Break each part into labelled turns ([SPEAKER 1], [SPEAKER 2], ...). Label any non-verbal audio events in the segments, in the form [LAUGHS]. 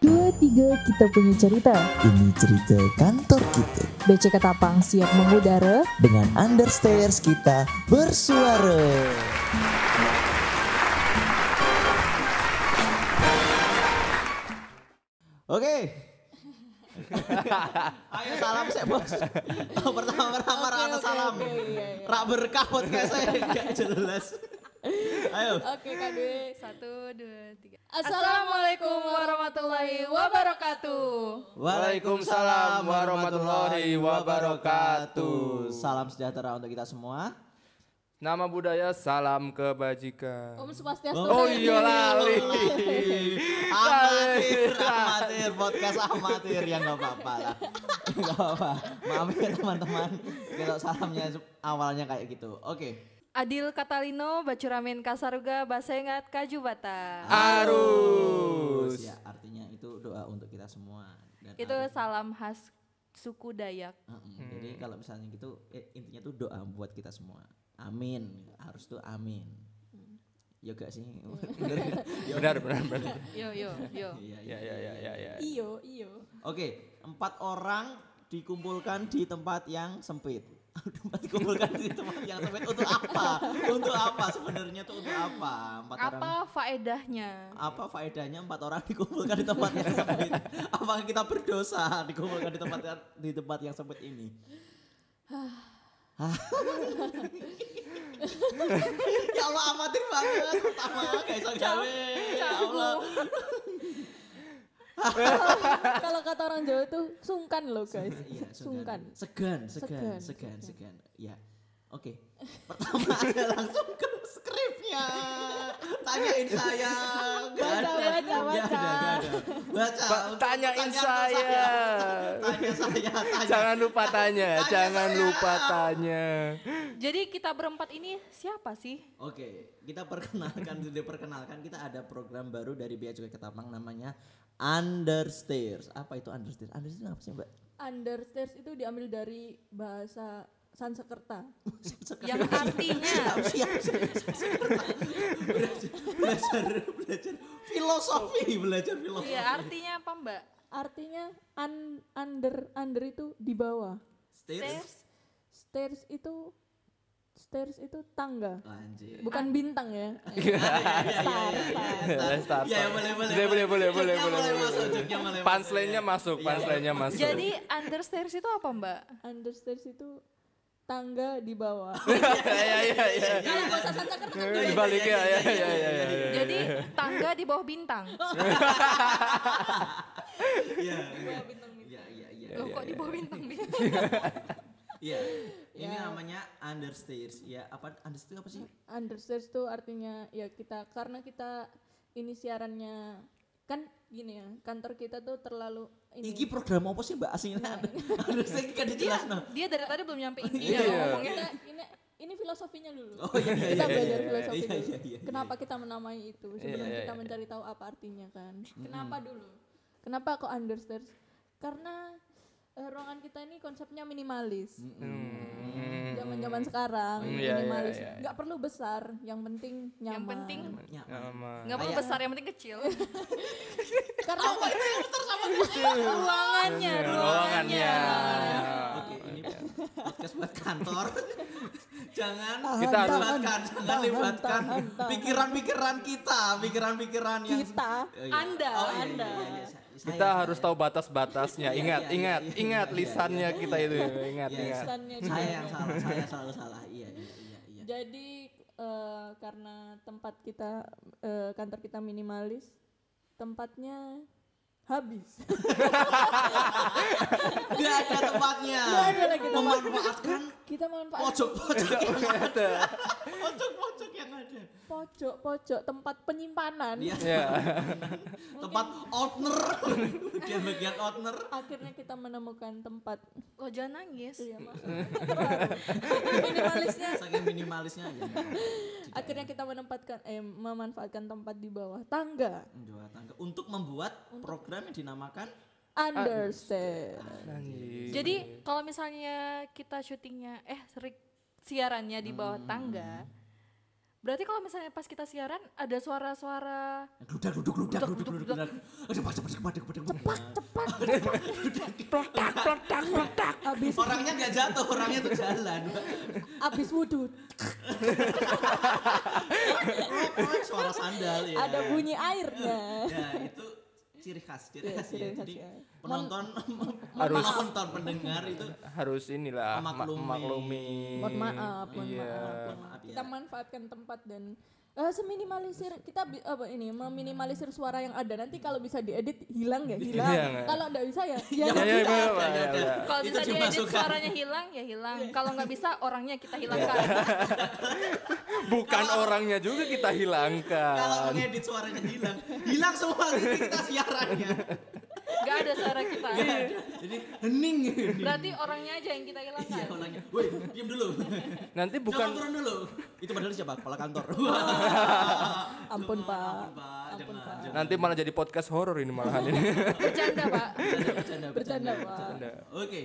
[SPEAKER 1] 3 kita punya cerita.
[SPEAKER 2] Ini cerita kantor kita
[SPEAKER 1] BC Ketapang siap mengudara.
[SPEAKER 2] dengan understairs kita bersuara. Oke. Ayo salam sih bos. Oh, Pertama-tama
[SPEAKER 1] Oke,
[SPEAKER 2] okay,
[SPEAKER 1] oke,
[SPEAKER 2] salam.
[SPEAKER 1] oke, iya, iya.
[SPEAKER 2] Rak berkah podcastnya nggak jelas. Ayo.
[SPEAKER 3] Oke Kak Dwi, satu, dua, tiga.
[SPEAKER 1] Assalamualaikum warahmatullahi wabarakatuh.
[SPEAKER 2] Waalaikumsalam
[SPEAKER 4] warahmatullahi wabarakatuh.
[SPEAKER 2] Salam sejahtera untuk kita semua.
[SPEAKER 4] Nama budaya salam kebajikan.
[SPEAKER 3] Om Swastiastu.
[SPEAKER 4] Oh iya lali.
[SPEAKER 2] amatir, amatir, podcast amatir ya nggak apa-apa lah. Nggak apa-apa. Maaf ya teman-teman. Kalau salamnya awalnya kayak gitu. Oke.
[SPEAKER 3] Adil Katalino, Bacuramin Kasaruga, Basengat, Kajubata.
[SPEAKER 2] Ah.
[SPEAKER 4] Arus.
[SPEAKER 2] Ya artinya itu doa untuk kita semua. Dan
[SPEAKER 3] Itu
[SPEAKER 2] arus.
[SPEAKER 3] salam khas suku Dayak.
[SPEAKER 2] Mm-mm. Jadi kalau misalnya gitu eh, intinya tuh doa buat kita semua. Amin. Harus tuh amin. Ya gak sih? Bener nggak? Ya,
[SPEAKER 4] Benar benar benar.
[SPEAKER 3] Yo yo yo.
[SPEAKER 2] Iya,
[SPEAKER 4] Ya ya ya ya ya.
[SPEAKER 3] Iyo iyo.
[SPEAKER 2] Oke, empat orang dikumpulkan di tempat yang sempit. [LAUGHS] Tempat dikumpulkan di tempat yang sempit untuk apa? Untuk apa sebenarnya tuh untuk apa? Empat orang.
[SPEAKER 3] Apa faedahnya?
[SPEAKER 2] Apa faedahnya empat orang dikumpulkan di tempat yang sempit? Apakah kita berdosa dikumpulkan di tempat yang, di tempat yang sempit ini? [LAUGHS] Hah? ya Allah amatir banget pertama guys gawe ya Allah
[SPEAKER 5] kalau kata orang Jawa tuh sungkan loh guys.
[SPEAKER 2] Iya,
[SPEAKER 5] sungkan.
[SPEAKER 2] Segan, segan,
[SPEAKER 5] Segan,
[SPEAKER 2] segan, segan. Ya. Oke. Pertama
[SPEAKER 5] [LAUGHS]
[SPEAKER 2] ada langsung ke skripnya. Tanyain saya. Gak
[SPEAKER 5] Baca,
[SPEAKER 2] ada.
[SPEAKER 5] baca,
[SPEAKER 2] Gak ada,
[SPEAKER 5] baca.
[SPEAKER 2] gak ada. Baca.
[SPEAKER 4] Pak,
[SPEAKER 2] untuk
[SPEAKER 4] tanyain
[SPEAKER 2] pertanyaan
[SPEAKER 4] saya.
[SPEAKER 2] Tanya saya, tanya.
[SPEAKER 4] Jangan lupa tanya,
[SPEAKER 2] Tanya
[SPEAKER 4] jangan
[SPEAKER 2] saya.
[SPEAKER 4] lupa tanya.
[SPEAKER 3] Jadi kita berempat ini siapa sih?
[SPEAKER 2] Oke, kita perkenalkan sudah perkenalkan kita ada program baru dari Bea Cukai Ketapang namanya Understairs. Apa itu Understairs? Understairs apa sih, Mbak?
[SPEAKER 5] Understairs itu diambil dari bahasa Sanskerta.
[SPEAKER 3] Yang artinya
[SPEAKER 2] siap siap siap. belajar belajar belajar filosofi belajar filosofi
[SPEAKER 3] Iya, artinya apa, Mbak?
[SPEAKER 5] Artinya un- under under itu di bawah.
[SPEAKER 2] stairs
[SPEAKER 3] Stairs.
[SPEAKER 5] Stairs itu stairs itu tangga.
[SPEAKER 2] anjir
[SPEAKER 5] Bukan bintang ya.
[SPEAKER 4] Boleh start.
[SPEAKER 2] ya ya, boleh boleh
[SPEAKER 4] Boleh, boleh,
[SPEAKER 2] Joknya
[SPEAKER 4] boleh, boleh, boleh, boleh.
[SPEAKER 2] masuk, joknya boleh masuk. Iya.
[SPEAKER 4] Punchline-nya masuk, punchline-nya masuk. [LAUGHS]
[SPEAKER 3] Jadi understairs itu apa, Mbak?
[SPEAKER 5] Understairs itu tangga di bawah.
[SPEAKER 4] ya ya ya.
[SPEAKER 5] Kalau bahasa kan? Sanskerta
[SPEAKER 2] Iya,
[SPEAKER 4] Dibalik ya ya ya ya ya.
[SPEAKER 3] Jadi tangga di bawah bintang.
[SPEAKER 2] Iya, iya. Iya, iya, iya.
[SPEAKER 3] Loh, kok di bawah bintang?
[SPEAKER 2] Iya. ini
[SPEAKER 5] Ya.
[SPEAKER 2] namanya understairs ya apa understairs apa sih
[SPEAKER 5] Understairs tuh artinya ya kita karena kita ini siarannya kan gini ya kantor kita tuh terlalu ini
[SPEAKER 2] Iki program apa sih mbak aslinya? Understairs kan dijelas
[SPEAKER 3] Dia dari tadi belum nyampe
[SPEAKER 4] Iya.
[SPEAKER 3] India ngomongnya.
[SPEAKER 5] kita ini ini filosofinya dulu
[SPEAKER 2] Oh iya iya
[SPEAKER 5] kita
[SPEAKER 2] iya,
[SPEAKER 5] belajar
[SPEAKER 2] iya,
[SPEAKER 5] filosofi
[SPEAKER 2] iya,
[SPEAKER 5] dulu
[SPEAKER 2] iya, iya, iya.
[SPEAKER 5] kenapa kita menamai itu sebelum
[SPEAKER 4] iya,
[SPEAKER 5] kita
[SPEAKER 4] iya.
[SPEAKER 5] mencari tahu apa artinya kan kenapa dulu kenapa kok understairs karena eh, ruangan kita ini konsepnya minimalis
[SPEAKER 4] Hmm.
[SPEAKER 5] zaman-zaman sekarang
[SPEAKER 4] Iya, iya,
[SPEAKER 5] minimalis
[SPEAKER 4] iya, iya.
[SPEAKER 5] nggak perlu besar yang penting nyaman
[SPEAKER 3] Yang penting Iya.
[SPEAKER 2] Ya,
[SPEAKER 4] Aman.
[SPEAKER 3] nggak perlu
[SPEAKER 2] Kayak-
[SPEAKER 3] besar, yang penting kecil.
[SPEAKER 5] karena
[SPEAKER 3] [LAUGHS] ruangannya, ruangannya.
[SPEAKER 4] Ruangannya.
[SPEAKER 2] Oke, ini podcast buat kantor. [LAUGHS] jangan
[SPEAKER 4] Kita harus-
[SPEAKER 2] libatkan, jangan
[SPEAKER 5] tahan,
[SPEAKER 2] libatkan
[SPEAKER 5] tahan, tahan.
[SPEAKER 2] pikiran-pikiran kita, pikiran-pikiran yang
[SPEAKER 5] kita
[SPEAKER 2] Oh, iya.
[SPEAKER 3] Anda,
[SPEAKER 2] Oh, iya,
[SPEAKER 3] Anda.
[SPEAKER 2] iya, iya, iya. Saya-
[SPEAKER 4] Kita
[SPEAKER 2] saya-
[SPEAKER 4] harus tahu batas-batasnya.
[SPEAKER 2] Iya,
[SPEAKER 4] Ingat,
[SPEAKER 2] iya, iya,
[SPEAKER 4] ingat,
[SPEAKER 2] iya,
[SPEAKER 4] ingat
[SPEAKER 2] iya,
[SPEAKER 4] lisannya
[SPEAKER 2] iya,
[SPEAKER 4] kita
[SPEAKER 2] iya,
[SPEAKER 4] itu. ya,
[SPEAKER 2] iya.
[SPEAKER 4] Ingat,
[SPEAKER 2] Iya,
[SPEAKER 4] ingat.
[SPEAKER 5] Pesannya dia.
[SPEAKER 2] Saya yang salah, saya selalu salah. Iya, iya, iya, iya.
[SPEAKER 5] Jadi eh, karena tempat kita eh, kantor kita minimalis, tempatnya habis.
[SPEAKER 2] Gak ada tempatnya.
[SPEAKER 5] Nggak ada lagi tempat.
[SPEAKER 2] Memanfaatkan
[SPEAKER 5] kita manfaat
[SPEAKER 2] pojok-pojok yang ada.
[SPEAKER 4] Ada.
[SPEAKER 2] Pojok-pojok yang ada.
[SPEAKER 5] pojok-pojok tempat penyimpanan.
[SPEAKER 2] Iya.
[SPEAKER 4] Ya.
[SPEAKER 2] Tempat outner. Bagian-bagian outner.
[SPEAKER 5] Akhirnya kita menemukan tempat
[SPEAKER 3] Lo Oh, jangan nangis.
[SPEAKER 5] Iya, maaf.
[SPEAKER 4] [LAUGHS]
[SPEAKER 5] Terlalu. minimalisnya.
[SPEAKER 2] Saking minimalisnya ya.
[SPEAKER 5] Akhirnya kita menempatkan eh memanfaatkan tempat di bawah tangga.
[SPEAKER 2] Dua tangga untuk membuat program yang dinamakan
[SPEAKER 5] Understand.
[SPEAKER 4] Anjir.
[SPEAKER 3] Jadi kalau
[SPEAKER 2] Hmm.
[SPEAKER 3] misalnya kita syutingnya, eh serik siarannya di bawah tangga, Berarti kalau misalnya pas kita siaran ada suara-suara
[SPEAKER 2] Gludak, gludak, gludak, gludak, gludak, gludak. Aduh, cepat, cepat, cepat, cepat. Cepat, cepat.
[SPEAKER 1] Peletak, peletak, peletak. Abis,
[SPEAKER 2] Orangnya nggak jatuh, orangnya tuh jalan.
[SPEAKER 5] Abis wudhu
[SPEAKER 2] Suara sandal
[SPEAKER 4] Iya.
[SPEAKER 2] ya.
[SPEAKER 5] ada bunyi airnya.
[SPEAKER 2] Ya, itu ciri khas, ciri
[SPEAKER 5] Iya,
[SPEAKER 2] khas ya.
[SPEAKER 5] ciri khas
[SPEAKER 2] Jadi
[SPEAKER 5] ya.
[SPEAKER 2] penonton, [LAUGHS]
[SPEAKER 4] Harus.
[SPEAKER 2] penonton, pendengar itu
[SPEAKER 4] harus inilah ma-
[SPEAKER 2] Memaklumi.
[SPEAKER 4] maklumi.
[SPEAKER 5] Mohon maaf, mohon
[SPEAKER 4] Iya.
[SPEAKER 5] maaf. mohon maaf.
[SPEAKER 2] ya.
[SPEAKER 5] Kita manfaatkan tempat dan eh, seminimalisir kita bi- apa ini meminimalisir suara yang ada. Nanti kalau bisa diedit hilang ya hilang.
[SPEAKER 4] Iya, nggak?
[SPEAKER 5] Kalau nggak bisa ya ya
[SPEAKER 4] Ya, ya, ya, ya, ya, ya.
[SPEAKER 3] kalau
[SPEAKER 2] Itu
[SPEAKER 3] bisa diedit
[SPEAKER 2] dimasukkan.
[SPEAKER 3] suaranya hilang ya hilang. Kalau nggak bisa orangnya kita
[SPEAKER 2] Iya.
[SPEAKER 3] hilangkan.
[SPEAKER 4] Bukan orangnya juga kita
[SPEAKER 2] Kalau
[SPEAKER 4] hilangkan.
[SPEAKER 2] ngedit suaranya hilang, hilang semua kita ya. siarannya.
[SPEAKER 3] Gak ada suara kita.
[SPEAKER 2] Iya. Jadi Iya, hening.
[SPEAKER 3] Berarti orangnya aja yang kita hilangkan.
[SPEAKER 2] Iya orangnya. Woi, diam dulu.
[SPEAKER 4] Nanti
[SPEAKER 2] Bukan
[SPEAKER 4] bukan
[SPEAKER 2] turun dulu. Itu padahal siapa? Kepala [LAUGHS] kantor.
[SPEAKER 5] Ampun,
[SPEAKER 2] Jangan,
[SPEAKER 5] Pak.
[SPEAKER 2] Ampun Pak.
[SPEAKER 5] Ampun,
[SPEAKER 2] jangan,
[SPEAKER 5] Pak.
[SPEAKER 2] jangan.
[SPEAKER 4] nanti malah jadi podcast horor ini malahan ini. [LAUGHS]
[SPEAKER 3] Bercanda pak.
[SPEAKER 2] Bercanda, bercanda,
[SPEAKER 5] bercanda pak.
[SPEAKER 4] Ada.
[SPEAKER 2] Oke,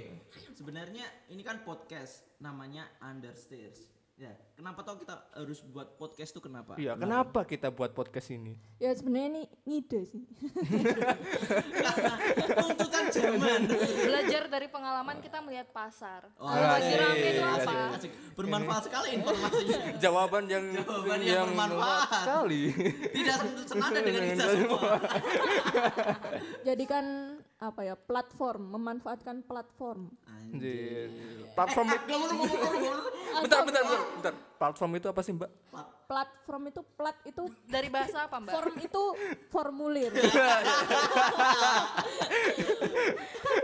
[SPEAKER 2] sebenarnya ini kan podcast namanya Understairs. Ya, kenapa tau kita harus buat podcast tuh kenapa? [LAUGHS]
[SPEAKER 4] Iya, kenapa kita buat podcast ini?
[SPEAKER 5] Ya sebenarnya ini ngide sih.
[SPEAKER 2] Karena tuntutan zaman.
[SPEAKER 3] Belajar dari pengalaman kita melihat pasar.
[SPEAKER 2] Oh,
[SPEAKER 3] Kalau lagi
[SPEAKER 4] asik,
[SPEAKER 3] rame itu
[SPEAKER 4] asik,
[SPEAKER 3] apa?
[SPEAKER 2] Asik, bermanfaat sekali informasinya.
[SPEAKER 4] Jawaban yang
[SPEAKER 2] Jawaban yang bermanfaat.
[SPEAKER 4] sekali.
[SPEAKER 2] Tidak senada dengan kita semua.
[SPEAKER 5] Jadikan apa ya platform memanfaatkan platform.
[SPEAKER 4] Anjir.
[SPEAKER 2] Eh,
[SPEAKER 4] Platform itu bentar, bentar, bentar, bentar. Platform itu apa sih, Mbak?
[SPEAKER 5] Platform itu plat itu
[SPEAKER 3] Dari bahasa apa mbak?
[SPEAKER 5] form itu formulir.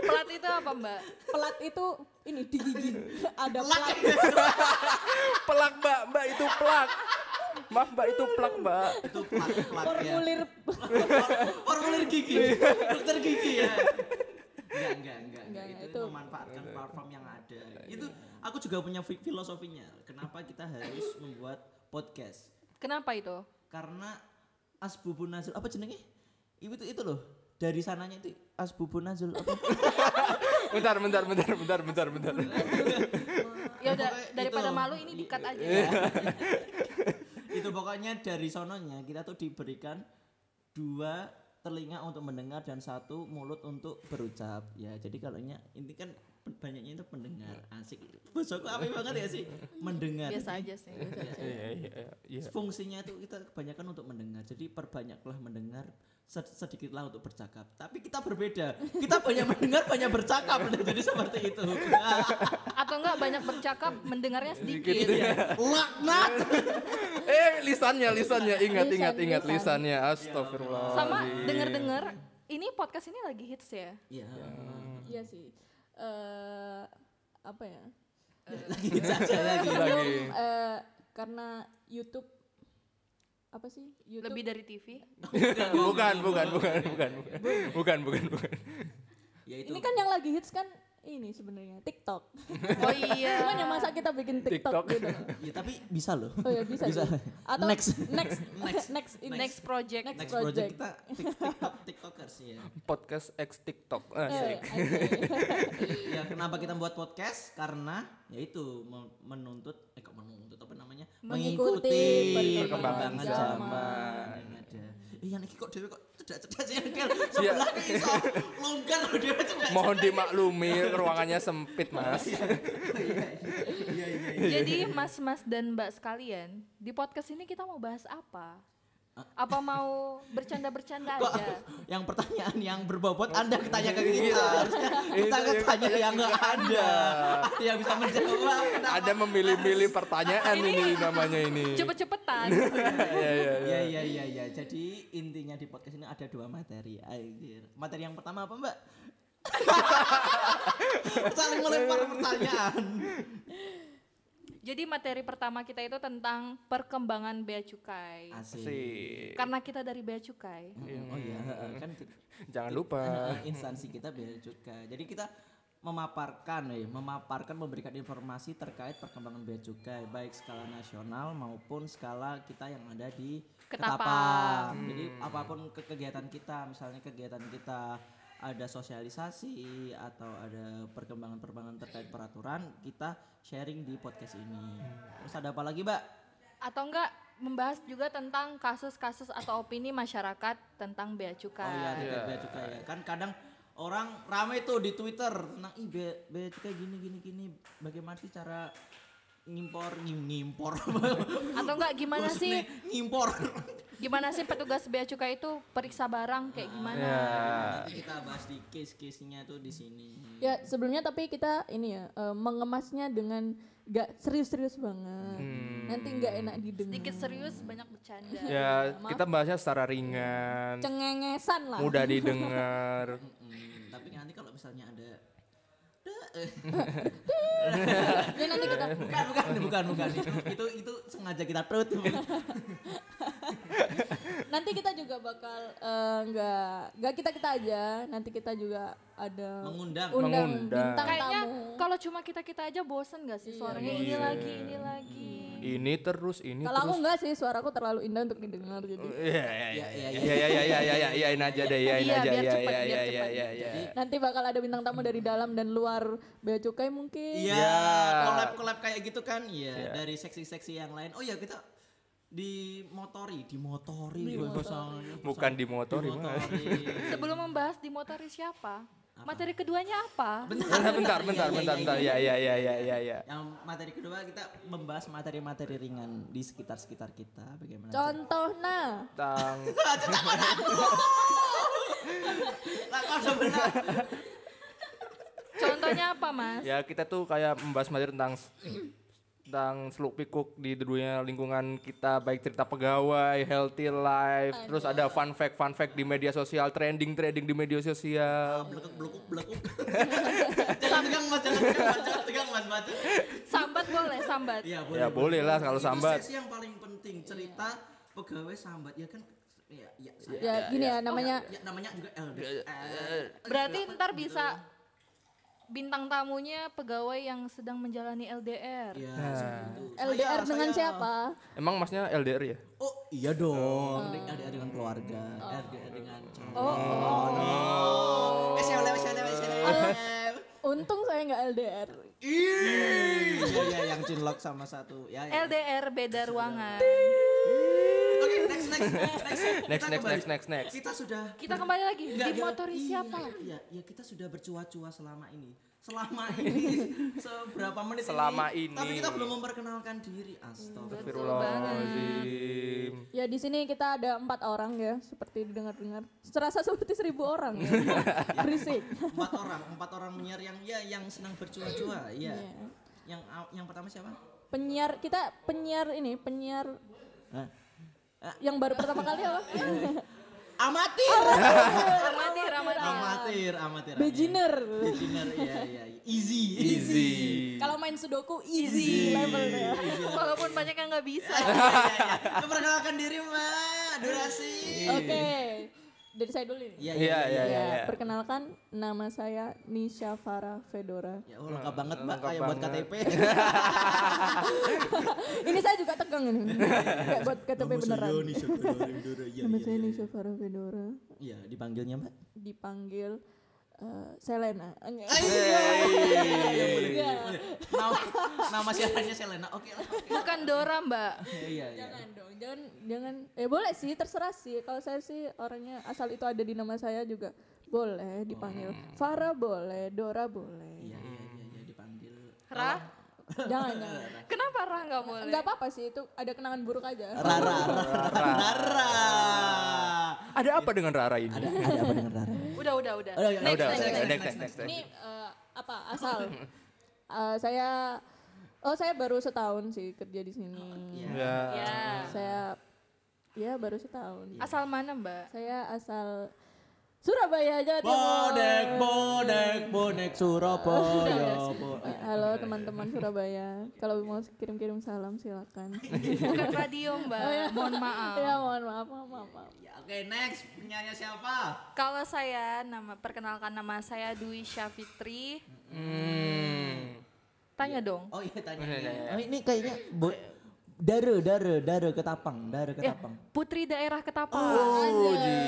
[SPEAKER 3] Plat itu apa mbak?
[SPEAKER 5] Plat itu ini digigi. Ada plat.
[SPEAKER 2] Iya.
[SPEAKER 4] Pelak, Mbak. Mbak itu pelak. Maaf, Mbak itu pelak, Mbak.
[SPEAKER 2] Itu plat-plat ya.
[SPEAKER 5] Formulir
[SPEAKER 2] Formulir gigi, dokter gigi ya. Enggak, enggak, enggak, enggak.
[SPEAKER 5] Enggak,
[SPEAKER 2] Itu,
[SPEAKER 5] itu-
[SPEAKER 2] memanfaatkan platform yang ada. Itu aku juga punya fi- filosofinya. Kenapa kita harus membuat podcast?
[SPEAKER 3] Kenapa itu?
[SPEAKER 2] Karena Asbubun Nazul apa jenenge? Itu itu loh. Dari sananya itu Asbubun Nazul apa?
[SPEAKER 4] Bentar, bentar, bentar, bentar, bentar, bentar.
[SPEAKER 3] Ya udah
[SPEAKER 2] Pokoknya
[SPEAKER 3] daripada
[SPEAKER 2] itu. Iya.
[SPEAKER 3] malu ini dikat aja. ya.
[SPEAKER 2] [LAUGHS] itu pokoknya dari sononya kita tuh diberikan dua telinga untuk mendengar dan satu mulut untuk berucap ya jadi kalau nya ini kan pen- banyaknya itu pendengar asik besokku apa banget ya sih mendengar
[SPEAKER 3] Biasa aja sih.
[SPEAKER 4] Iya, iya, iya.
[SPEAKER 2] fungsinya itu kita kebanyakan untuk mendengar jadi perbanyaklah mendengar sed- sedikitlah untuk bercakap tapi kita berbeda kita banyak mendengar banyak bercakap jadi seperti itu
[SPEAKER 5] [LAUGHS]
[SPEAKER 2] Iya.
[SPEAKER 3] Atau enggak banyak bercakap mendengarnya sedikit.
[SPEAKER 5] Iya.
[SPEAKER 2] laknat
[SPEAKER 4] Eh, lisannya, lisannya. Ingat,
[SPEAKER 5] Lisan,
[SPEAKER 4] ingat, ingat
[SPEAKER 5] lisan.
[SPEAKER 4] lisannya. Astagfirullah.
[SPEAKER 3] Sama
[SPEAKER 2] Iya.
[SPEAKER 3] denger-dengar ini podcast ini lagi hits ya.
[SPEAKER 2] ya
[SPEAKER 5] Iya sih. eh apa ya?
[SPEAKER 2] lagi saja lagi
[SPEAKER 5] Sebelum eh, karena YouTube apa sih? YouTube
[SPEAKER 3] Lebih dari TV.
[SPEAKER 4] Bukan, bukan, bukan, bukan, bukan. Bukan, bukan, bukan.
[SPEAKER 2] ya itu
[SPEAKER 5] ini kan yang lagi hits kan ini sebenarnya TikTok.
[SPEAKER 3] Oh iya.
[SPEAKER 5] Cuman yang masa kita bikin TikTok,
[SPEAKER 4] TikTok.
[SPEAKER 5] gitu.
[SPEAKER 2] ya tapi bisa loh
[SPEAKER 5] Oh ya bisa.
[SPEAKER 2] Bisa.
[SPEAKER 5] sih. Atau
[SPEAKER 2] Next.
[SPEAKER 5] next next
[SPEAKER 2] Next.
[SPEAKER 5] next next, ini.
[SPEAKER 3] Next project.
[SPEAKER 5] Next.
[SPEAKER 2] next project
[SPEAKER 5] project.
[SPEAKER 2] kita tik- tiktok tiktokers ya
[SPEAKER 4] Podcast X TikTok. Ah,
[SPEAKER 5] Eh,
[SPEAKER 4] sik.
[SPEAKER 5] oke.
[SPEAKER 2] ya kenapa kita buat podcast karena yaitu me- menuntut eh kok menuntut apa namanya
[SPEAKER 5] Mengikuti
[SPEAKER 4] perkembangan
[SPEAKER 2] perkembangan
[SPEAKER 4] zaman.
[SPEAKER 2] zaman yang ada eh yang ini kok dewe kok cedak cedak sih
[SPEAKER 5] Iya.
[SPEAKER 2] Dewi. sebelah ini iso longgar loh dewe cedak
[SPEAKER 4] Mohon dimaklumi, ruangannya sempit, Mas.
[SPEAKER 2] iya iya iya
[SPEAKER 3] Jadi mas-mas dan mbak sekalian, di podcast ini kita mau bahas apa? Apa mau bercanda-bercanda
[SPEAKER 2] kok
[SPEAKER 3] aja?
[SPEAKER 2] yang pertanyaan yang berbobot anda tanya ke kita Harusnya kita
[SPEAKER 4] Itu yang-
[SPEAKER 2] tanya yang nggak ada ada yang bisa menjawab kenapa
[SPEAKER 4] Ada memilih-milih pertanyaan ini namanya ini.
[SPEAKER 3] Cepet-cepetan.
[SPEAKER 4] Iya, iya, iya.
[SPEAKER 2] Iya iya iya iya. Jadi intinya di podcast ini ada dua materi. Anjir. Materi yang pertama apa, Mbak? Saling melempar pertanyaan.
[SPEAKER 3] Jadi materi pertama kita itu tentang perkembangan bea cukai.
[SPEAKER 2] Asik.
[SPEAKER 4] Sik.
[SPEAKER 5] Kan-
[SPEAKER 3] Karena kita dari bea cukai.
[SPEAKER 2] Oh iya, kan
[SPEAKER 4] Jangan lupa.
[SPEAKER 2] eh, [LAUGHS] instansi kita beda juga. Jadi kita memaparkan ya, memaparkan memberikan informasi terkait perkembangan bea cukai baik skala nasional maupun skala kita yang ada di
[SPEAKER 3] Ketapang.
[SPEAKER 2] Jadi apapun ke- kegiatan kita, misalnya kegiatan kita ada sosialisasi atau ada perkembangan-perkembangan terkait peraturan, kita sharing di podcast ini. Terus ada apa lagi, Mbak?
[SPEAKER 3] atau enggak membahas juga tentang kasus-kasus atau opini masyarakat tentang bea cukai.
[SPEAKER 2] Oh iya, terkait bea cukai ya. Kan kadang orang rame tuh di Twitter tentang ih bea, bea cukai gini gini gini. Bagaimana sih cara ngimpor ngim- ngimpor [LAUGHS]
[SPEAKER 3] Atau enggak gimana sih
[SPEAKER 2] Maksudnya ngimpor
[SPEAKER 3] gimana sih petugas bea cukai itu periksa barang kayak gimana?
[SPEAKER 2] Iya. Nanti kita bahas di case-case-nya tuh di sini
[SPEAKER 5] [LAUGHS] Ya sebelumnya tapi kita ini ya eh, mengemasnya dengan gak serius-serius banget.
[SPEAKER 4] Hmm.
[SPEAKER 5] Nanti gak enak didengar.
[SPEAKER 3] Sedikit serius, banyak bercanda.
[SPEAKER 5] Iya,
[SPEAKER 2] Iya.
[SPEAKER 4] Ya, kita bahasnya secara ringan,
[SPEAKER 5] Cengengesan lah.
[SPEAKER 4] mudah didengar.
[SPEAKER 2] Mm, tapi nanti kalau misalnya ada [LAUGHS]
[SPEAKER 5] Ya nanti
[SPEAKER 4] [LAUGHS]
[SPEAKER 5] kita
[SPEAKER 2] bukan bukan bukan bukan itu itu sengaja kita perut
[SPEAKER 5] nanti kita juga bakal eh, nggak nggak kita kita aja. Nanti kita juga ada
[SPEAKER 2] Mengundang.
[SPEAKER 5] undang
[SPEAKER 4] Mengundang.
[SPEAKER 5] bintang
[SPEAKER 3] Kayaknya
[SPEAKER 5] tamu.
[SPEAKER 3] kalau cuma kita-kita aja bosen gak sih suaranya ini
[SPEAKER 4] Iya.
[SPEAKER 3] lagi, ini lagi.
[SPEAKER 4] Ini terus, ini
[SPEAKER 5] Kalau aku
[SPEAKER 4] terus.
[SPEAKER 5] enggak sih suaraku terlalu indah untuk didengar jadi.
[SPEAKER 4] Iya, iya,
[SPEAKER 2] iya,
[SPEAKER 4] iya, iya, iya, iya, iya, iya, iyain aja deh, iyain
[SPEAKER 3] Iya,
[SPEAKER 4] aja,
[SPEAKER 3] biar
[SPEAKER 4] iya,
[SPEAKER 3] cepet,
[SPEAKER 4] iya,
[SPEAKER 3] biar
[SPEAKER 4] iya, iya,
[SPEAKER 3] cepet.
[SPEAKER 4] iya, iya.
[SPEAKER 5] Nanti bakal ada bintang tamu dari dalam dan luar bea cukai mungkin.
[SPEAKER 2] Iya,
[SPEAKER 4] Iya.
[SPEAKER 2] collab collab kayak gitu kan, iya dari seksi-seksi yang lain. Oh iya kita dimotori, dimotori, dimotori.
[SPEAKER 4] Bukan dimotori,
[SPEAKER 2] [LAUGHS]
[SPEAKER 4] Mas.
[SPEAKER 2] Hmm.
[SPEAKER 3] Sebelum membahas di motori siapa, materi keduanya
[SPEAKER 2] Iya,
[SPEAKER 3] apa?
[SPEAKER 4] Bentar, bentar, bentar, bentar, bentar. Iya, iya, iya, iya, iya, iya.
[SPEAKER 2] Yang materi kedua kita membahas materi-materi ringan di sekitar-sekitar kita bagaimana.
[SPEAKER 5] Contohnya
[SPEAKER 4] Tang.
[SPEAKER 2] Lah, kau sebenarnya
[SPEAKER 3] Contohnya apa mas?
[SPEAKER 4] Ya, kita tuh kayak membahas materi tentang tentang seluk pikuk di dunia lingkungan kita baik cerita pegawai, healthy life, terus ada fun fact fun fact di media sosial, trending trending di media sosial.
[SPEAKER 2] belekuk belekuk belekuk. [LAUGHS] Jangan tegang Mas, jangan tegang Mas, jangan tegang Mas, baca.
[SPEAKER 3] Sambat boleh, sambat.
[SPEAKER 2] Iya, boleh.
[SPEAKER 4] Ya boleh lah kalau
[SPEAKER 2] Itu
[SPEAKER 4] sambat.
[SPEAKER 2] sesi yang paling penting, cerita pegawai sambat. Ya kan ya ya saya-
[SPEAKER 5] ya gini ya namanya
[SPEAKER 2] ya, namanya juga
[SPEAKER 3] Berarti
[SPEAKER 2] Iya,
[SPEAKER 3] ntar bisa bintang tamunya pegawai yang sedang menjalani LDR.
[SPEAKER 2] Ya,
[SPEAKER 4] Nah.
[SPEAKER 5] LDR dengan siapa?
[SPEAKER 4] Emang masnya LDR ya?
[SPEAKER 2] Oh iya dong, LDR dengan keluarga, LDR dengan cowok.
[SPEAKER 5] Oh,
[SPEAKER 2] Eh,
[SPEAKER 5] oh.
[SPEAKER 2] SLM, SLM, SLM.
[SPEAKER 5] untung saya nggak LDR.
[SPEAKER 2] Ih, Iya, iya, yang cinlok sama satu. Ya, ya.
[SPEAKER 3] LDR beda ruangan.
[SPEAKER 2] Oke, next, next, next, next.
[SPEAKER 4] Next
[SPEAKER 2] Kita
[SPEAKER 4] next
[SPEAKER 2] kembali.
[SPEAKER 4] next next next.
[SPEAKER 2] Kita sudah
[SPEAKER 3] Kita kembali lagi
[SPEAKER 2] Nggak,
[SPEAKER 3] di
[SPEAKER 2] nggak.
[SPEAKER 3] motori
[SPEAKER 2] Iya, [LAUGHS]
[SPEAKER 3] siapa?
[SPEAKER 2] Iya, ya kita sudah bercua-cua selama ini. Selama ini seberapa menit
[SPEAKER 4] Selama
[SPEAKER 2] ini. Tapi
[SPEAKER 4] ini.
[SPEAKER 2] kita belum memperkenalkan diri. Astagfirullah.
[SPEAKER 4] Astagfirullahaladzim.
[SPEAKER 5] Ya di sini kita ada empat orang ya, seperti didengar-dengar. Serasa [LAUGHS] seperti seribu
[SPEAKER 4] [LAUGHS]
[SPEAKER 5] orang ya. Berisik.
[SPEAKER 2] Empat orang, empat orang penyiar yang ya yang senang bercua-cua. Iya.
[SPEAKER 5] Iya.
[SPEAKER 2] Yang aw- yang pertama siapa?
[SPEAKER 5] Penyiar kita penyiar ini penyiar
[SPEAKER 2] Hah?
[SPEAKER 5] yang baru pertama kali
[SPEAKER 4] [LAUGHS]
[SPEAKER 5] apa?
[SPEAKER 2] Amatir.
[SPEAKER 3] Amatir,
[SPEAKER 2] Iya,
[SPEAKER 3] amatir.
[SPEAKER 2] amatir, amatir.
[SPEAKER 5] Beginner.
[SPEAKER 2] Beginner, iya iya. Easy, [LAUGHS] Iya,
[SPEAKER 4] Easy.
[SPEAKER 5] Kalau main sudoku easy, levelnya.
[SPEAKER 3] Walaupun banyak yang nggak bisa.
[SPEAKER 2] Iya, iya, iya. Memperkenalkan diri, Mbak. Durasi.
[SPEAKER 5] Oke. Dari saya dulu ini.
[SPEAKER 2] Iya,
[SPEAKER 4] Iya iya
[SPEAKER 5] Ya,
[SPEAKER 4] iya. iya.
[SPEAKER 5] perkenalkan nama saya Nisha Farah Fedora.
[SPEAKER 2] Ya, oh, lengkap banget, Mbak.
[SPEAKER 4] Hmm, Lengkap
[SPEAKER 2] Kayak buat
[SPEAKER 4] banget.
[SPEAKER 2] KTP.
[SPEAKER 4] [LAUGHS]
[SPEAKER 5] ini saya juga tegang
[SPEAKER 4] [LAUGHS]
[SPEAKER 5] ini. Kayak buat KTP Eh, beneran.
[SPEAKER 2] Iya, Nisha Fedora, Fedora. Iya,
[SPEAKER 5] Nama
[SPEAKER 2] iya,
[SPEAKER 5] saya
[SPEAKER 2] iya.
[SPEAKER 5] Nisha Farah Fedora.
[SPEAKER 2] Iya, dipanggilnya, Mbak.
[SPEAKER 5] Dipanggil eh, Selena. Enggak.
[SPEAKER 2] Iya. Nama, nama siarannya Selena. Oke lah. oke.
[SPEAKER 3] Bukan Dora mbak.
[SPEAKER 2] Iya, iya.
[SPEAKER 5] Jangan dong, jangan jangan eh boleh sih terserah sih. Kalau saya sih orangnya asal itu ada di nama saya juga boleh dipanggil. Farah boleh, Dora boleh.
[SPEAKER 2] Iya, iya, iya, iya, dipanggil.
[SPEAKER 3] Ra?
[SPEAKER 5] Jangan jangan.
[SPEAKER 3] Kenapa Ra nggak [LAUGHS] boleh?
[SPEAKER 5] Enggak apa-apa sih itu ada kenangan buruk aja.
[SPEAKER 2] Rara, Rara, Rara.
[SPEAKER 4] Ada apa dengan Rara ini?
[SPEAKER 2] Ada, ada apa dengan Rara?
[SPEAKER 3] Udah, udah, udah.
[SPEAKER 2] Oh, iya,
[SPEAKER 3] Next,
[SPEAKER 4] udah,
[SPEAKER 3] next,
[SPEAKER 4] udah,
[SPEAKER 3] next.
[SPEAKER 4] next, next, next, next.
[SPEAKER 5] Ini eh, apa asal Eh, saya oh saya baru setahun sih kerja di sini.
[SPEAKER 4] Ya.
[SPEAKER 5] Iya.
[SPEAKER 3] Ya.
[SPEAKER 5] Saya ya baru setahun.
[SPEAKER 3] Asal mana mbak?
[SPEAKER 5] Saya asal Surabaya Jawa Timur.
[SPEAKER 2] Bonek, bonek, bonek Surabaya. bo-
[SPEAKER 5] Eh, Halo teman-teman Surabaya, kalau mau kirim-kirim salam silakan.
[SPEAKER 3] Bukan radio mbak. Mohon maaf.
[SPEAKER 5] ya mohon maaf, maaf, maaf. maaf.
[SPEAKER 2] Ya, Oke, next. Penyanyi siapa?
[SPEAKER 3] Kalau saya nama perkenalkan nama saya Dwi Syafitri.
[SPEAKER 4] Hmm.
[SPEAKER 3] Tanya dong.
[SPEAKER 2] Oh iya, tanya. Oh, ini kayaknya bo- Dare, dare, dare ketapang, dare ketapang.
[SPEAKER 3] Putri daerah Ketapang.
[SPEAKER 4] Oh, di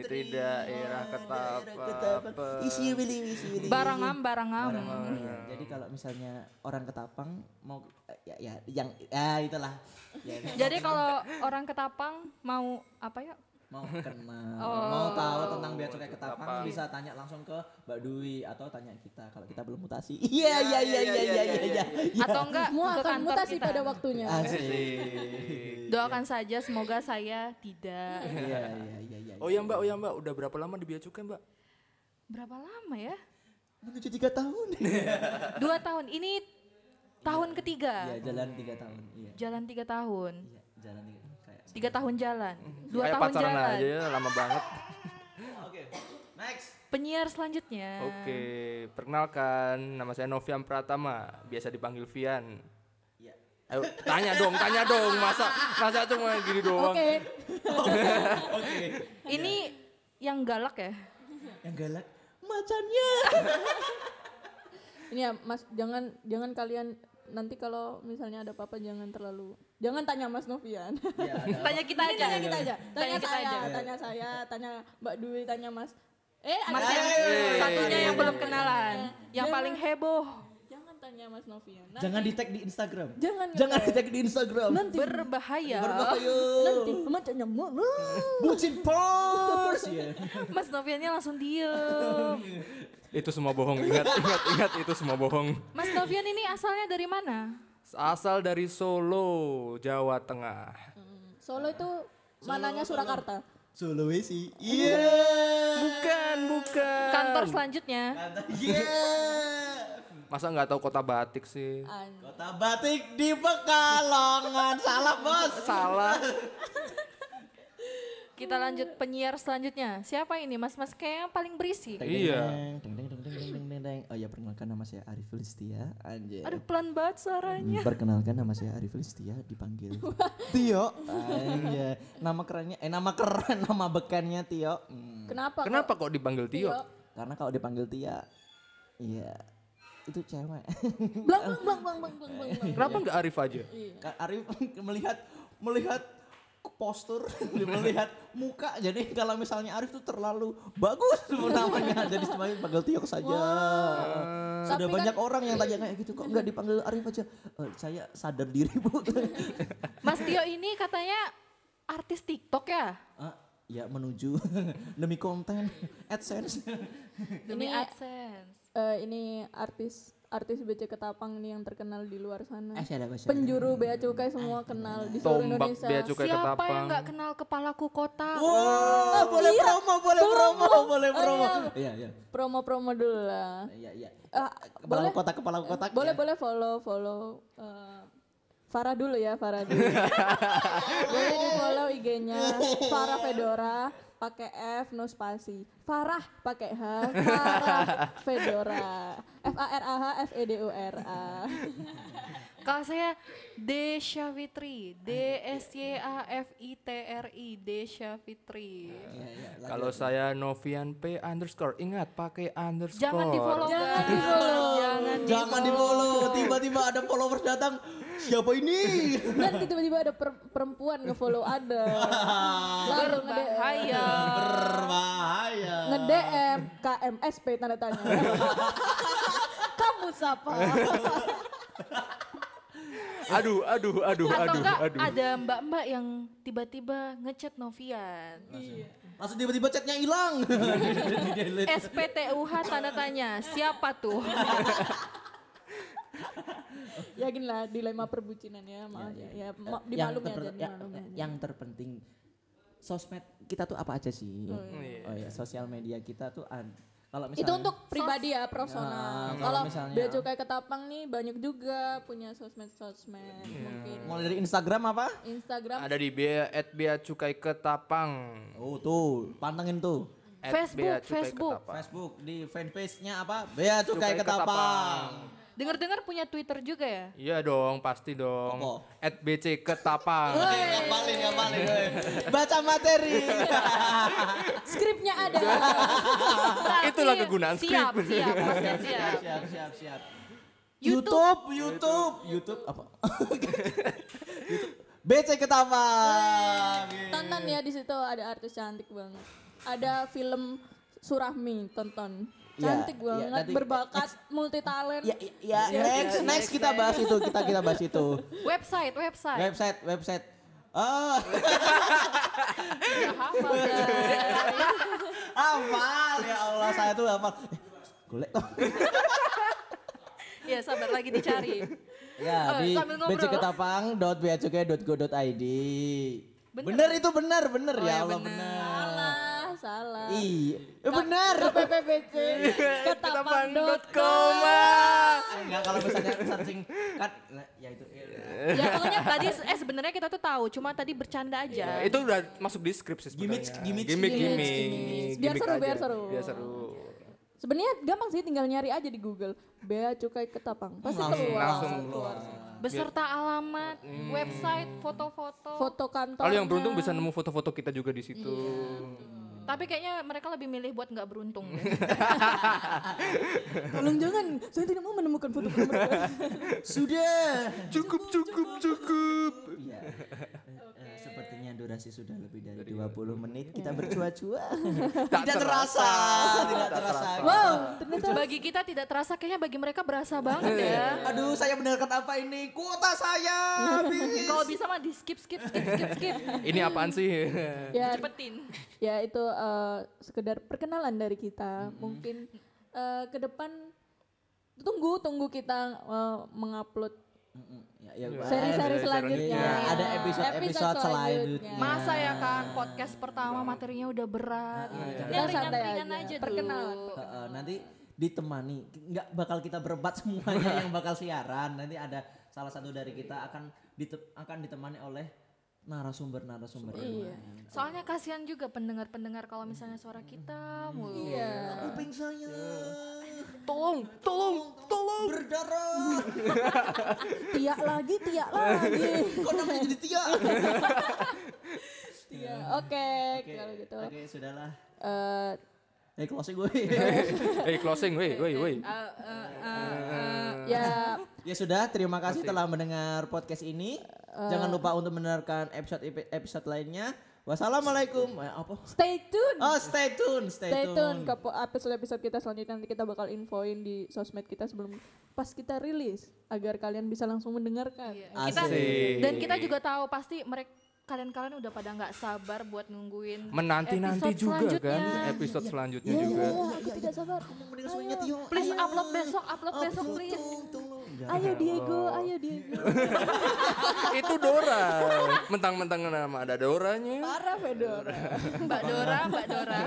[SPEAKER 4] tidak era ketapa.
[SPEAKER 2] Isi Willy, isi Willy.
[SPEAKER 3] Barangam, barangam.
[SPEAKER 2] Iya, jadi kalau misalnya orang ketapang mau ya, ya yang ya itulah [LAUGHS] Ya,
[SPEAKER 3] Jadi kalau orang ketapang mau apa ya?
[SPEAKER 2] mau [LAUGHS] kenal,
[SPEAKER 3] Oh.
[SPEAKER 2] mau tahu tentang bea cukai
[SPEAKER 4] Ketapang.
[SPEAKER 2] ketapang bisa tanya langsung ke Mbak Dwi atau tanya kita kalau kita belum mutasi. Iya iya iya iya iya iya.
[SPEAKER 3] Atau enggak
[SPEAKER 5] Semua
[SPEAKER 3] ke
[SPEAKER 5] akan
[SPEAKER 3] kantor
[SPEAKER 5] mutasi
[SPEAKER 3] kita.
[SPEAKER 5] pada waktunya.
[SPEAKER 2] Iya.
[SPEAKER 4] Asik.
[SPEAKER 3] Doakan saja semoga saya tidak.
[SPEAKER 2] Iya iya iya iya.
[SPEAKER 4] Oh ya mbak, oh ya mbak, udah berapa lama di Bea Cukai mbak?
[SPEAKER 3] Berapa lama ya?
[SPEAKER 2] Menuju tiga tahun.
[SPEAKER 3] Dua tahun. Ini tahun
[SPEAKER 2] Iya
[SPEAKER 3] ketiga.
[SPEAKER 2] jalan tiga tahun. Iya
[SPEAKER 3] Jalan tiga tahun.
[SPEAKER 2] iya jalan tiga kayak.
[SPEAKER 3] Tiga tahun jalan. Dua
[SPEAKER 4] Kayak
[SPEAKER 3] tahun
[SPEAKER 4] pacaran
[SPEAKER 3] jalan.
[SPEAKER 4] aja ya, lama banget.
[SPEAKER 2] Oke next.
[SPEAKER 3] Penyiar selanjutnya.
[SPEAKER 4] Oke, perkenalkan nama saya Novian Pratama, biasa dipanggil Vian.
[SPEAKER 2] Iya.
[SPEAKER 4] Ayo, tanya dong, tanya dong, masa masa cuma gini doang.
[SPEAKER 5] Oke,
[SPEAKER 2] Oke
[SPEAKER 4] Iya.
[SPEAKER 3] Ini yang galak ya?
[SPEAKER 2] yang galak macannya.
[SPEAKER 5] ini ya Mas jangan jangan kalian nanti kalau misalnya ada apa-apa jangan terlalu jangan tanya Mas Novian.
[SPEAKER 2] Iya ada.
[SPEAKER 3] Tanya kita aja.
[SPEAKER 5] tanya kita aja. [LAUGHS] Tanya,
[SPEAKER 3] Tanya kita
[SPEAKER 5] saya,
[SPEAKER 3] aja.
[SPEAKER 5] tanya saya, tanya Mbak Dwi, tanya Mas. Eh, ada Iya.
[SPEAKER 3] Mas yang
[SPEAKER 4] Yeay.
[SPEAKER 3] satunya yang belum kenalan. Yang
[SPEAKER 5] Jangan.
[SPEAKER 3] paling heboh.
[SPEAKER 5] jangan tanya Mas Novian. Nanti-
[SPEAKER 2] Jangan di tag di Instagram.
[SPEAKER 5] jangan
[SPEAKER 2] Jangan di
[SPEAKER 5] ngetag.
[SPEAKER 2] tag di Instagram.
[SPEAKER 5] nanti
[SPEAKER 3] Berbahaya.
[SPEAKER 2] Berbahaya.
[SPEAKER 5] nanti macamnya mana?
[SPEAKER 2] Bucin [LAUGHS] pors. Iya.
[SPEAKER 3] Mas Noviannya langsung diem.
[SPEAKER 4] Itu semua bohong, ingat, ingat, ingat, itu semua bohong.
[SPEAKER 3] Mas Novian ini asalnya dari mana?
[SPEAKER 4] Asal dari Solo, Jawa Tengah.
[SPEAKER 5] Solo itu mananya Surakarta.
[SPEAKER 2] Sulawesi. Iya.
[SPEAKER 4] Bukan, bukan.
[SPEAKER 3] Kantor selanjutnya.
[SPEAKER 2] Iya.
[SPEAKER 4] Masa nggak tahu kota batik sih?
[SPEAKER 5] An-
[SPEAKER 2] Kota batik di Pekalongan. Salah bos.
[SPEAKER 4] Salah.
[SPEAKER 3] Kita lanjut penyiar selanjutnya. Siapa ini Mas Mas kayaknya yang paling berisi.
[SPEAKER 4] Iya.
[SPEAKER 2] Deng, deng, deng, deng, deng, deng, deng, deng. Oh ya perkenalkan nama saya Arif Listia. Anjir.
[SPEAKER 3] Aduh pelan banget suaranya.
[SPEAKER 2] Hmm, Perkenalkan nama saya Arif Listia dipanggil Tio. Anjir. Nama kerennya eh nama keren [LAUGHS] nama bekannya Tio. Hmm.
[SPEAKER 5] Kenapa?
[SPEAKER 4] Kenapa kok dipanggil Tio?
[SPEAKER 2] Karena kalau dipanggil Tia iya itu cewek. [LAUGHS]
[SPEAKER 5] Blang blang blang blang blang blang blang. blang.
[SPEAKER 4] Kenapa nggak Arif aja?
[SPEAKER 2] Kak Arif [LAUGHS] melihat melihat postur, [LAUGHS] melihat muka. Jadi kalau misalnya Arif tuh terlalu bagus [LAUGHS] namanya. Jadi semuanya panggil Tio saja. Sudah
[SPEAKER 5] Tapi kan
[SPEAKER 2] banyak orang yang tanya kayak gitu kok nggak dipanggil Arif aja. Eh, saya sadar diri, Bu. [LAUGHS]
[SPEAKER 3] Mas Tio ini katanya artis TikTok ya?
[SPEAKER 2] Ah, ya menuju [LAUGHS] demi konten
[SPEAKER 5] [LAUGHS]
[SPEAKER 2] AdSense.
[SPEAKER 3] Demi
[SPEAKER 5] Ini-
[SPEAKER 3] AdSense.
[SPEAKER 5] Eh, ini artis artis BC Ketapang nih yang terkenal di luar sana.
[SPEAKER 2] Eh, siapa, siapa?
[SPEAKER 5] Penjuru bea cukai semua kenal di seluruh
[SPEAKER 4] Tombak
[SPEAKER 5] Indonesia.
[SPEAKER 4] Bea Cukai
[SPEAKER 3] Siapa yang
[SPEAKER 4] Ketapang.
[SPEAKER 3] nggak kenal kepalaku kota?
[SPEAKER 2] Wah, Ah, boleh
[SPEAKER 5] Iya.
[SPEAKER 2] promo, boleh promo, boleh promo. Iya, iya.
[SPEAKER 5] Promo-promo dulu lah.
[SPEAKER 2] Iya, iya.
[SPEAKER 5] Eh,
[SPEAKER 2] Kepala
[SPEAKER 5] boleh
[SPEAKER 2] kotak, kepala kotak.
[SPEAKER 5] boleh
[SPEAKER 2] ya.
[SPEAKER 5] boleh follow follow eh, Farah dulu ya
[SPEAKER 2] [LAUGHS]
[SPEAKER 5] Farah dulu. boleh di follow IG-nya Farah Fedora pakai F no spasi. Farah pakai H, Farah Fedora. F A R A H F E D O R A.
[SPEAKER 3] Kalau saya Desha Fitri, D S Y A F I T R I, Desha Fitri.
[SPEAKER 2] Iya, iya. Lanjut.
[SPEAKER 4] Kalau saya Novian P underscore, ingat pakai underscore.
[SPEAKER 3] Jangan di follow
[SPEAKER 5] Jangan di-follow.
[SPEAKER 3] Jangan di
[SPEAKER 2] Jangan di follow, tiba-tiba ada followers datang. Siapa ini?
[SPEAKER 5] Nanti tiba-tiba ada per- perempuan nge-follow ada. Lalu nge-DM.
[SPEAKER 3] Berbahaya.
[SPEAKER 2] Berbahaya.
[SPEAKER 5] Nge-DM KMSP tanda tanya. [LAUGHS] Kamu siapa?
[SPEAKER 4] Aduh, aduh, aduh,
[SPEAKER 3] Atau
[SPEAKER 4] aduh,
[SPEAKER 3] enggak
[SPEAKER 4] aduh.
[SPEAKER 3] ada mbak-mbak yang tiba-tiba ngechat Novian.
[SPEAKER 2] Langsung tiba-tiba chatnya hilang.
[SPEAKER 3] Eh,
[SPEAKER 2] Di-delete.
[SPEAKER 3] SPTUH tanda tanya, siapa tuh?
[SPEAKER 5] Yakinlah dilema perbucinan ya, maaf ya. ya. ma-
[SPEAKER 2] yang,
[SPEAKER 5] dimaklumi aja,
[SPEAKER 2] terpen- ya-
[SPEAKER 5] dimaklumi aja.
[SPEAKER 2] yang terpenting sosmed kita tuh apa aja sih? Oh iya, sosial media kita tuh an- kalau misalnya
[SPEAKER 5] itu untuk pribadi
[SPEAKER 2] Nah,
[SPEAKER 5] ya personal.
[SPEAKER 2] kalau
[SPEAKER 5] kalau
[SPEAKER 2] misalnya-
[SPEAKER 5] Bea Cukai Ketapang nih banyak juga punya sosmed-sosmed
[SPEAKER 2] Iya.
[SPEAKER 5] mungkin
[SPEAKER 2] mulai dari Instagram apa?
[SPEAKER 5] Instagram.
[SPEAKER 4] Ada di Bea, at Bea Cukai Ketapang.
[SPEAKER 2] Oh tuh, pantengin tuh.
[SPEAKER 4] At
[SPEAKER 3] Facebook,
[SPEAKER 4] Bea Cukai
[SPEAKER 3] Facebook.
[SPEAKER 4] Ketapang.
[SPEAKER 2] Facebook di fanpage-nya apa? Bea Cukai,
[SPEAKER 4] Cukai
[SPEAKER 2] Ketapang.
[SPEAKER 3] Dengar-dengar punya Twitter juga ya?
[SPEAKER 4] Iya dong, pasti dong.
[SPEAKER 2] Apa?
[SPEAKER 4] At BC Ketapang.
[SPEAKER 2] Eh, Ngapalin, ngapalin. weh. [LAUGHS] Baca materi.
[SPEAKER 5] Skripnya ada.
[SPEAKER 2] Iya.
[SPEAKER 4] Ah, Itulah
[SPEAKER 3] Berarti
[SPEAKER 4] kegunaan
[SPEAKER 3] siap,
[SPEAKER 4] skrip.
[SPEAKER 3] Siap, maksudnya siap.
[SPEAKER 2] siap, siap, siap.
[SPEAKER 3] YouTube.
[SPEAKER 2] YouTube, YouTube, YouTube apa? [LAUGHS] YouTube. BC Ketapang.
[SPEAKER 5] Tonton ya di situ ada artis cantik banget. Ada film Surahmi, tonton. Cantik
[SPEAKER 2] Iya,
[SPEAKER 5] banget,
[SPEAKER 2] nanti-
[SPEAKER 5] berbakat, multi talent.
[SPEAKER 2] Ya, ya, ya, next, next kita bahas itu, kita kita bahas [LAUGHS] itu.
[SPEAKER 3] Website, website.
[SPEAKER 2] Website, website. Oh,
[SPEAKER 3] Nggak hafal guys.
[SPEAKER 2] [LAUGHS] hafal ya Allah saya tuh hafal. Eh, Golek toh.
[SPEAKER 3] Ya sabar lagi dicari.
[SPEAKER 2] Ya,
[SPEAKER 3] Oh,
[SPEAKER 2] di
[SPEAKER 3] sambil ngobrol.
[SPEAKER 2] beciketapang.beacukai.go.id.
[SPEAKER 3] Bener.
[SPEAKER 2] Bener itu benar, bener ya
[SPEAKER 3] Oh, ya
[SPEAKER 2] Allah
[SPEAKER 3] bener.
[SPEAKER 2] bener.
[SPEAKER 5] Salah, Ah, salah.
[SPEAKER 2] Iya, eh, bener.
[SPEAKER 5] PPPC ketapang.com.
[SPEAKER 4] Ketapang.com. ah.
[SPEAKER 2] Enggak kalau misalnya searching kan nah, ya itu. ya.
[SPEAKER 3] Ya pokoknya tadi eh sebenarnya kita tuh tahu, cuma tadi bercanda aja.
[SPEAKER 4] Ya, itu udah masuk di skrip sih
[SPEAKER 2] Gimmick,
[SPEAKER 4] sebenarnya.
[SPEAKER 2] gimmick,
[SPEAKER 4] gimmick,
[SPEAKER 5] gimmick.
[SPEAKER 4] gimmick.
[SPEAKER 5] Gimmick. Biar
[SPEAKER 4] Gimmick
[SPEAKER 5] seru, biar
[SPEAKER 4] aja,
[SPEAKER 5] seru.
[SPEAKER 4] Biar seru.
[SPEAKER 5] Sebenarnya gampang sih tinggal nyari aja di Google. Bea cukai ketapang. Pasti
[SPEAKER 2] Langsung,
[SPEAKER 5] keluar.
[SPEAKER 4] langsung
[SPEAKER 5] keluar.
[SPEAKER 3] Beserta
[SPEAKER 4] iya.
[SPEAKER 3] alamat,
[SPEAKER 4] Hmm.
[SPEAKER 3] website, foto-foto.
[SPEAKER 5] Foto kantor.
[SPEAKER 4] Kalau yang beruntung bisa nemu foto-foto kita juga di situ.
[SPEAKER 3] Tapi kayaknya mereka lebih milih buat nggak beruntung. deh.
[SPEAKER 5] Tolong jangan, saya tidak mau menemukan foto mereka. [LAUGHS]
[SPEAKER 2] Sudah.
[SPEAKER 4] Cukup, cukup, cukup.
[SPEAKER 2] Iya. Eh, Sepertinya durasi sudah lebih dari 20 menit. Kita bercua-cua. Tidak terasa, tidak terasa.
[SPEAKER 5] wow, ternyata
[SPEAKER 3] Bagi kita tidak terasa, kayaknya bagi mereka berasa banget
[SPEAKER 4] Iya,
[SPEAKER 3] ya.
[SPEAKER 2] Aduh, saya mendengarkan apa ini? Kuota saya habis.
[SPEAKER 3] Kalau bisa mah di skip skip skip skip skip.
[SPEAKER 4] Ini apaan [LAUGHS] sih?
[SPEAKER 5] ya
[SPEAKER 3] Cepetin.
[SPEAKER 5] ya itu eh, sekedar perkenalan dari kita. Mungkin eh, ke depan tunggu tunggu kita eh, mengupload
[SPEAKER 2] Mm-mm. Ya, ya,
[SPEAKER 5] seri-seri
[SPEAKER 4] seri-seri
[SPEAKER 5] selanjutnya.
[SPEAKER 2] Ya, ada episode-episode selanjutnya.
[SPEAKER 3] Masa ya Kang podcast pertama materinya udah berat.
[SPEAKER 5] Kita
[SPEAKER 3] Ya
[SPEAKER 5] santai
[SPEAKER 3] ringan-ringan
[SPEAKER 5] aja,
[SPEAKER 3] aja,
[SPEAKER 5] perkenalan.
[SPEAKER 3] dulu.
[SPEAKER 2] Eh, eh, nanti ditemani nggak bakal kita berempat semuanya yang bakal siaran nanti ada salah satu dari kita akan dite- akan ditemani oleh narasumber narasumber
[SPEAKER 5] Iya.
[SPEAKER 3] Soalnya kasihan juga pendengar-pendengar kalau misalnya suara kita mulu.
[SPEAKER 5] Iya.
[SPEAKER 2] kuping saya
[SPEAKER 3] Tolong, tolong, tolong.
[SPEAKER 2] berdarah
[SPEAKER 5] Tiak lagi, [LAUGHS] tiak lagi.
[SPEAKER 2] kok namanya jadi tiak
[SPEAKER 5] Iya, oke
[SPEAKER 2] oke
[SPEAKER 5] kalau gitu.
[SPEAKER 2] oke, sudahlah
[SPEAKER 5] Eh,
[SPEAKER 2] eh closing gue
[SPEAKER 4] hey, closing, woi, woi, woi.
[SPEAKER 3] Eh, eh, eh, eh.
[SPEAKER 5] ya
[SPEAKER 2] ya sudah terima kasih telah mendengar podcast ini jangan lupa untuk mendengarkan episode episode lainnya wassalamualaikum Eh, apa
[SPEAKER 5] stay tune.
[SPEAKER 2] oh stay tune stay,
[SPEAKER 5] Stay tune
[SPEAKER 2] tune
[SPEAKER 5] ke po- episode-episode kita selanjutnya nanti kita bakal infoin di sosmed kita sebelum pas kita rilis agar kalian bisa langsung mendengarkan.
[SPEAKER 3] Iya.
[SPEAKER 2] Asik.
[SPEAKER 3] Kita
[SPEAKER 4] Asik.
[SPEAKER 3] dan kita juga tahu pasti mereka kalian-kalian udah pada nggak sabar buat nungguin
[SPEAKER 4] Menanti-nanti
[SPEAKER 3] episode
[SPEAKER 4] juga kan
[SPEAKER 3] selanjutnya.
[SPEAKER 4] episode selanjutnya juga.
[SPEAKER 5] aku tidak sabar.
[SPEAKER 2] Mendingan semuanya tiak.
[SPEAKER 3] Please
[SPEAKER 2] Ayo.
[SPEAKER 3] upload besok, upload
[SPEAKER 2] Upload,
[SPEAKER 3] besok please.
[SPEAKER 2] tung, tung, tung.
[SPEAKER 4] Ya.
[SPEAKER 2] Jangan.
[SPEAKER 5] Ayo Diego, ayo Diego.
[SPEAKER 4] Ah, Itu Dora. Mentang-mentang nama ada Doranya.
[SPEAKER 5] Parah Fedora.
[SPEAKER 3] Mbak Dora, Mbak Dora.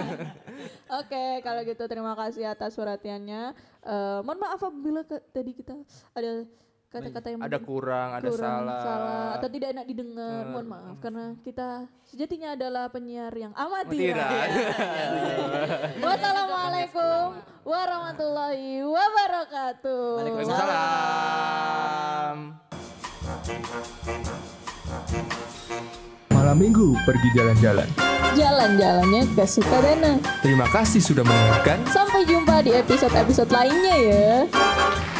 [SPEAKER 5] Oke, kalau gitu terima kasih atas perhatiannya. Eh, mohon maaf apabila ke- tadi kita ada kata-kata yang
[SPEAKER 4] Ada
[SPEAKER 5] mungkin
[SPEAKER 4] kurang, ada
[SPEAKER 5] kurang,
[SPEAKER 4] salah. Eh.
[SPEAKER 5] atau tidak enak didengar. Mohon maaf karena kita sejatinya adalah penyiar yang
[SPEAKER 4] [LAUGHS] Tidak.
[SPEAKER 5] amatir. Wassalamualaikum warahmatullahi wabarakatuh.
[SPEAKER 4] Waalaikumsalam.
[SPEAKER 6] Malam minggu pergi jalan-jalan.
[SPEAKER 5] Jalan-jalannya ke Sukadana.
[SPEAKER 6] Terima kasih sudah mendengarkan.
[SPEAKER 5] Sampai jumpa di episode-episode lainnya ya.